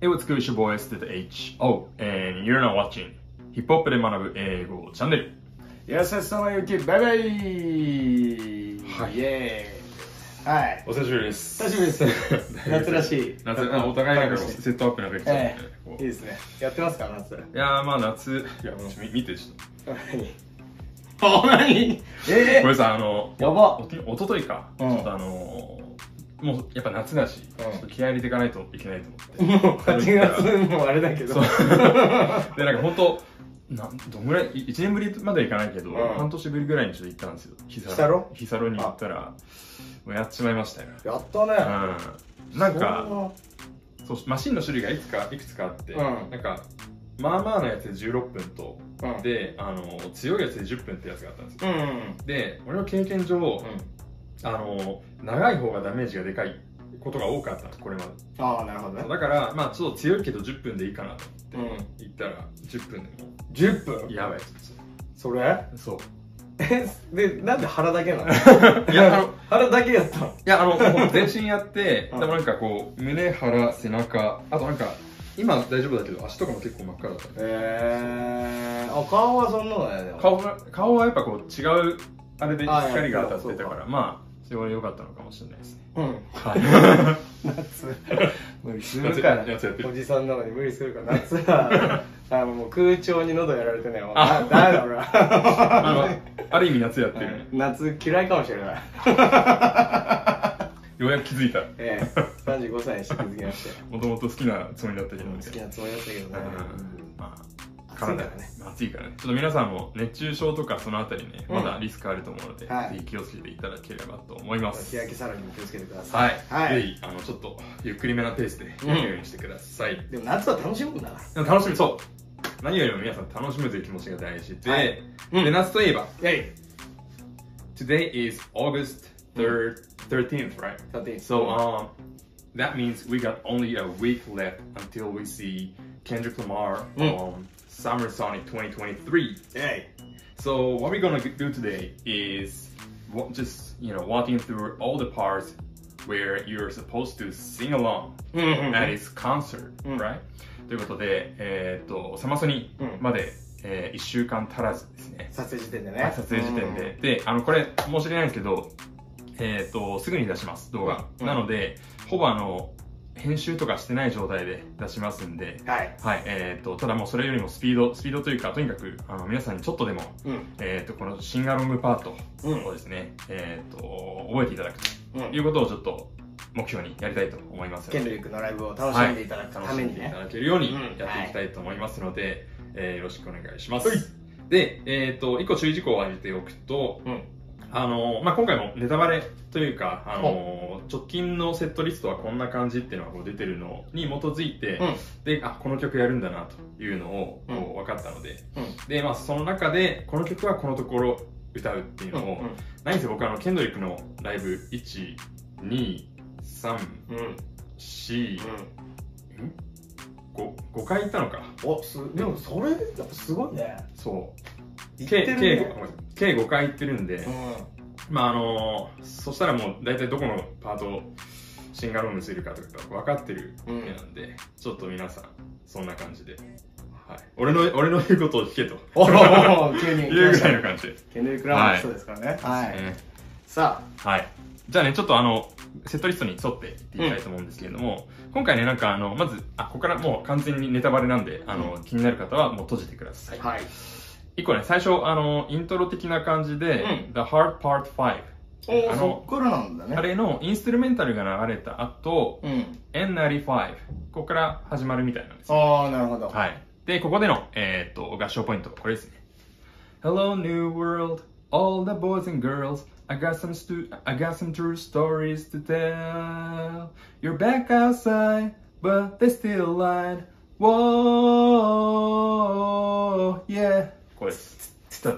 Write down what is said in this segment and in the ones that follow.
Hey, what's good? It's your boy, s t h o and you're now watching ヒップホップで学ぶ英語チャンネル。よせそのゆきバイバイはいイエーイはいお久しぶりです。久しぶ りです夏らしい夏、なんかお互いなんかセットアップなんか来たんえで、こうえいいいですねやってますか夏やー、まあ夏、いや、もう見見て、ちょっ何何と。えこれさ、あの、やばおとおとといか、うんちょっとあのー、もうやっぱ夏だし、んちょっと気合い入れていかないといけないと思って。もう8月もあれだけど そう で、なんか本当、なんどんぐらい、い1年ぶりまではいかないけど、うん半年ぶりぐらいにちょっと行ったんですよ。ヒヒサロヒサロに行ったら、もうやっちまいましたよ。やったねうんなんかそうマシンの種類がいくつかいくつかあって、うんなんかまあまあなやつで16分と、うんであの強いやつで10分ってやつがあったんですようんうんで俺の経験上、あの長い方がダメージがでかいことが多かったのこれまでああなるほどねだからまあちょっと強いけど10分でいいかなとうん言ったら10分でも10う分やばいそれそうえでなんで腹だけな のいやあの腹だけやったのいや、あの、もう全身やって、 うんでもなんかこう、胸、腹、背中、あとなんか、今大丈夫だけど、足とかも結構真っ赤だったね。えー、あ顔はそんなのねでも顔が顔はやっぱこう、違う、あれであいや光が当たってたそうかそうら、まあ、それは良かったのかもしれない ですね。うんはい。 夏無理するから夏やってるおじさんなのに無理するから夏 はあのもう空調に喉やられてねもうあなダメだ俺はあ の、ある意味夏やってるね。夏嫌いかもしれ ないようやく気づいた。ええ35歳にして気づきましたよもともと好きなつもりだったけどね。好きなつもりだったけどうんねまあ、暑いからね体まあ暑いからね。ちょっと皆さんも熱中症とかそのあたりね、うんまだリスクあると思うので、ぜはいひ気をつけていただければと思います。日焼けサロンにも気をつけてくださいはい、はいぜひあのちょっとゆっくりめなペースでやるようにしてください、でも夏は楽しむんだな楽しみそう何よりも皆さん楽しむという気持ちが大事で、はいうんで夏といえばイェイ Today is August Mm. 3rd, 13th, right? だっていい So um, that means we got only a week left until we see Kendrick Lamar Mm. on Summer Sonic 2023. イェイ So what we're gonna do today is wa- just you know walking through all the parts where you're supposed to sing along うんうんうん at his concert, うん right? ということで、えーっとサマソニうんまで、え1週間足らずですね、撮影時点ではいね撮影時点で、であのこれ申し訳ないんですけど、えーっとすぐに出します動画、うんなのでほぼあの編集とかしてない状態で出しますんで、うんはいはいえーっとただもうそれよりもスピードスピードというかとにかくあの皆さんにちょっとでもうんえー、とこのシンガロングパートうんをですね、えー、と覚えていただくうといんうことをちょっと目標にやりたいと思いますのケンドでリックのライブを楽しんでいただくた楽めしにんでいねただけるようにうんやっていきたいと思いますので、えーよろしくお願いします。はいで、えー、と1個注意事項を挙げておくと、うんあのまあ、今回もネタバレというか、あの直近のセットリストはこんな感じっていうのがこう出てるのに基づいて、うんであこの曲やるんだなというのをこう分かったので、うんで、まあ、その中でこの曲はこのところ歌うっていうのを、うん何せ僕あのケンドリックのライブ1 2 3うんうん4 5 5回行ったのかおすでもそれやっぱすごいねそう言計計ねごめんなさい計5回行ってるんで、うまああのーそしたらもう大体どこのパートをシンガロームするかとか分かってるわけなんで、ちょっと皆さんそんな感じで、はい、俺の俺の言うことを聞けとおお急いに来うまぐしたらいの感じで、ケンドリック・ラマーの人ですからねはい、ねさはい。じゃあね、ちょっとあの、セットリストに沿っていっていきたいと思うんですけれども、今回ね、なんかあの、まず、あ、ここからもう完全にネタバレなんで、あの、気になる方はもう閉じてください。あはい一個ね、最初、あの、イントロ的な感じで、う The Hard Part 5。おあおのそっからなんだねあれのインストゥルメンタルが流れた後、うん、 N95。ここから始まるみたいなんですよ。ああなるほど、はい。で、ここでの、えーっと、合唱ポイント、これですね。Hello, New World, all the boys and girls. I got some stu- I got some true stories to tell. You're back outside, but they still lied. Whoa, yeah. これです。は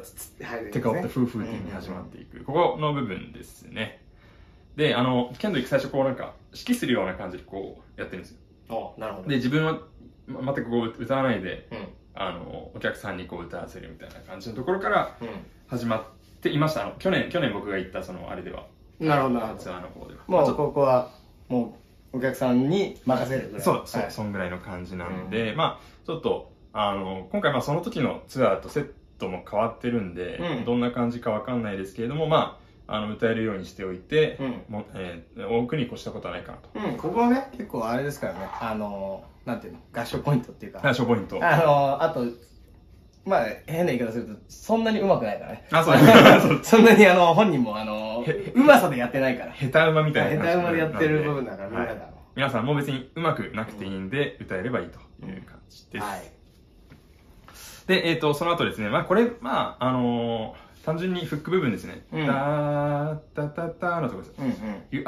いてか、夫婦っていうのに始まっていく。ここの部分ですね。で、あの、ケンドリック最初こうなんか、指揮するような感じでこうやってるんですよ。おなるほどで、自分はま全くこう歌わないで、うんあの、お客さんにこう歌わせるみたいな感じのところからう始まっていました。あの去年、去年僕が行ったそのあれでは、んなるほどなるほツどアーの方では。まあもちょうっとここはもうお客さんに任せるぐらい。そう、そう、はいそんぐらいの感じなので、まあ、ちょっと、あの、今回、まあ、その時のツアーとセットも変わってるんで、うんどんな感じかわかんないですけれども、まあ、あの、歌えるようにしておいて、うんもえー多くに越したことはないかなと。うん、ここはね、結構あれですからね、あのー、なんていうの、合唱ポイントっていうか、最初ポイント。あのー、あと、まあ、変な言い方すると、そんなに上手くないか らね。 あそうですそうでそんなに、あの、本人も、あのへへー、うまさでやってないから。下手馬みたいな下手馬でやってる部分だからなのでみんなだろう皆さんも別にうまくなくていいんで、歌えればいいという感じです。はい。で、えっ、と、その後ですね、まあ、これ、まあ、あのー単純にフック部分ですね。うんたーたたたーのところです。うんうん。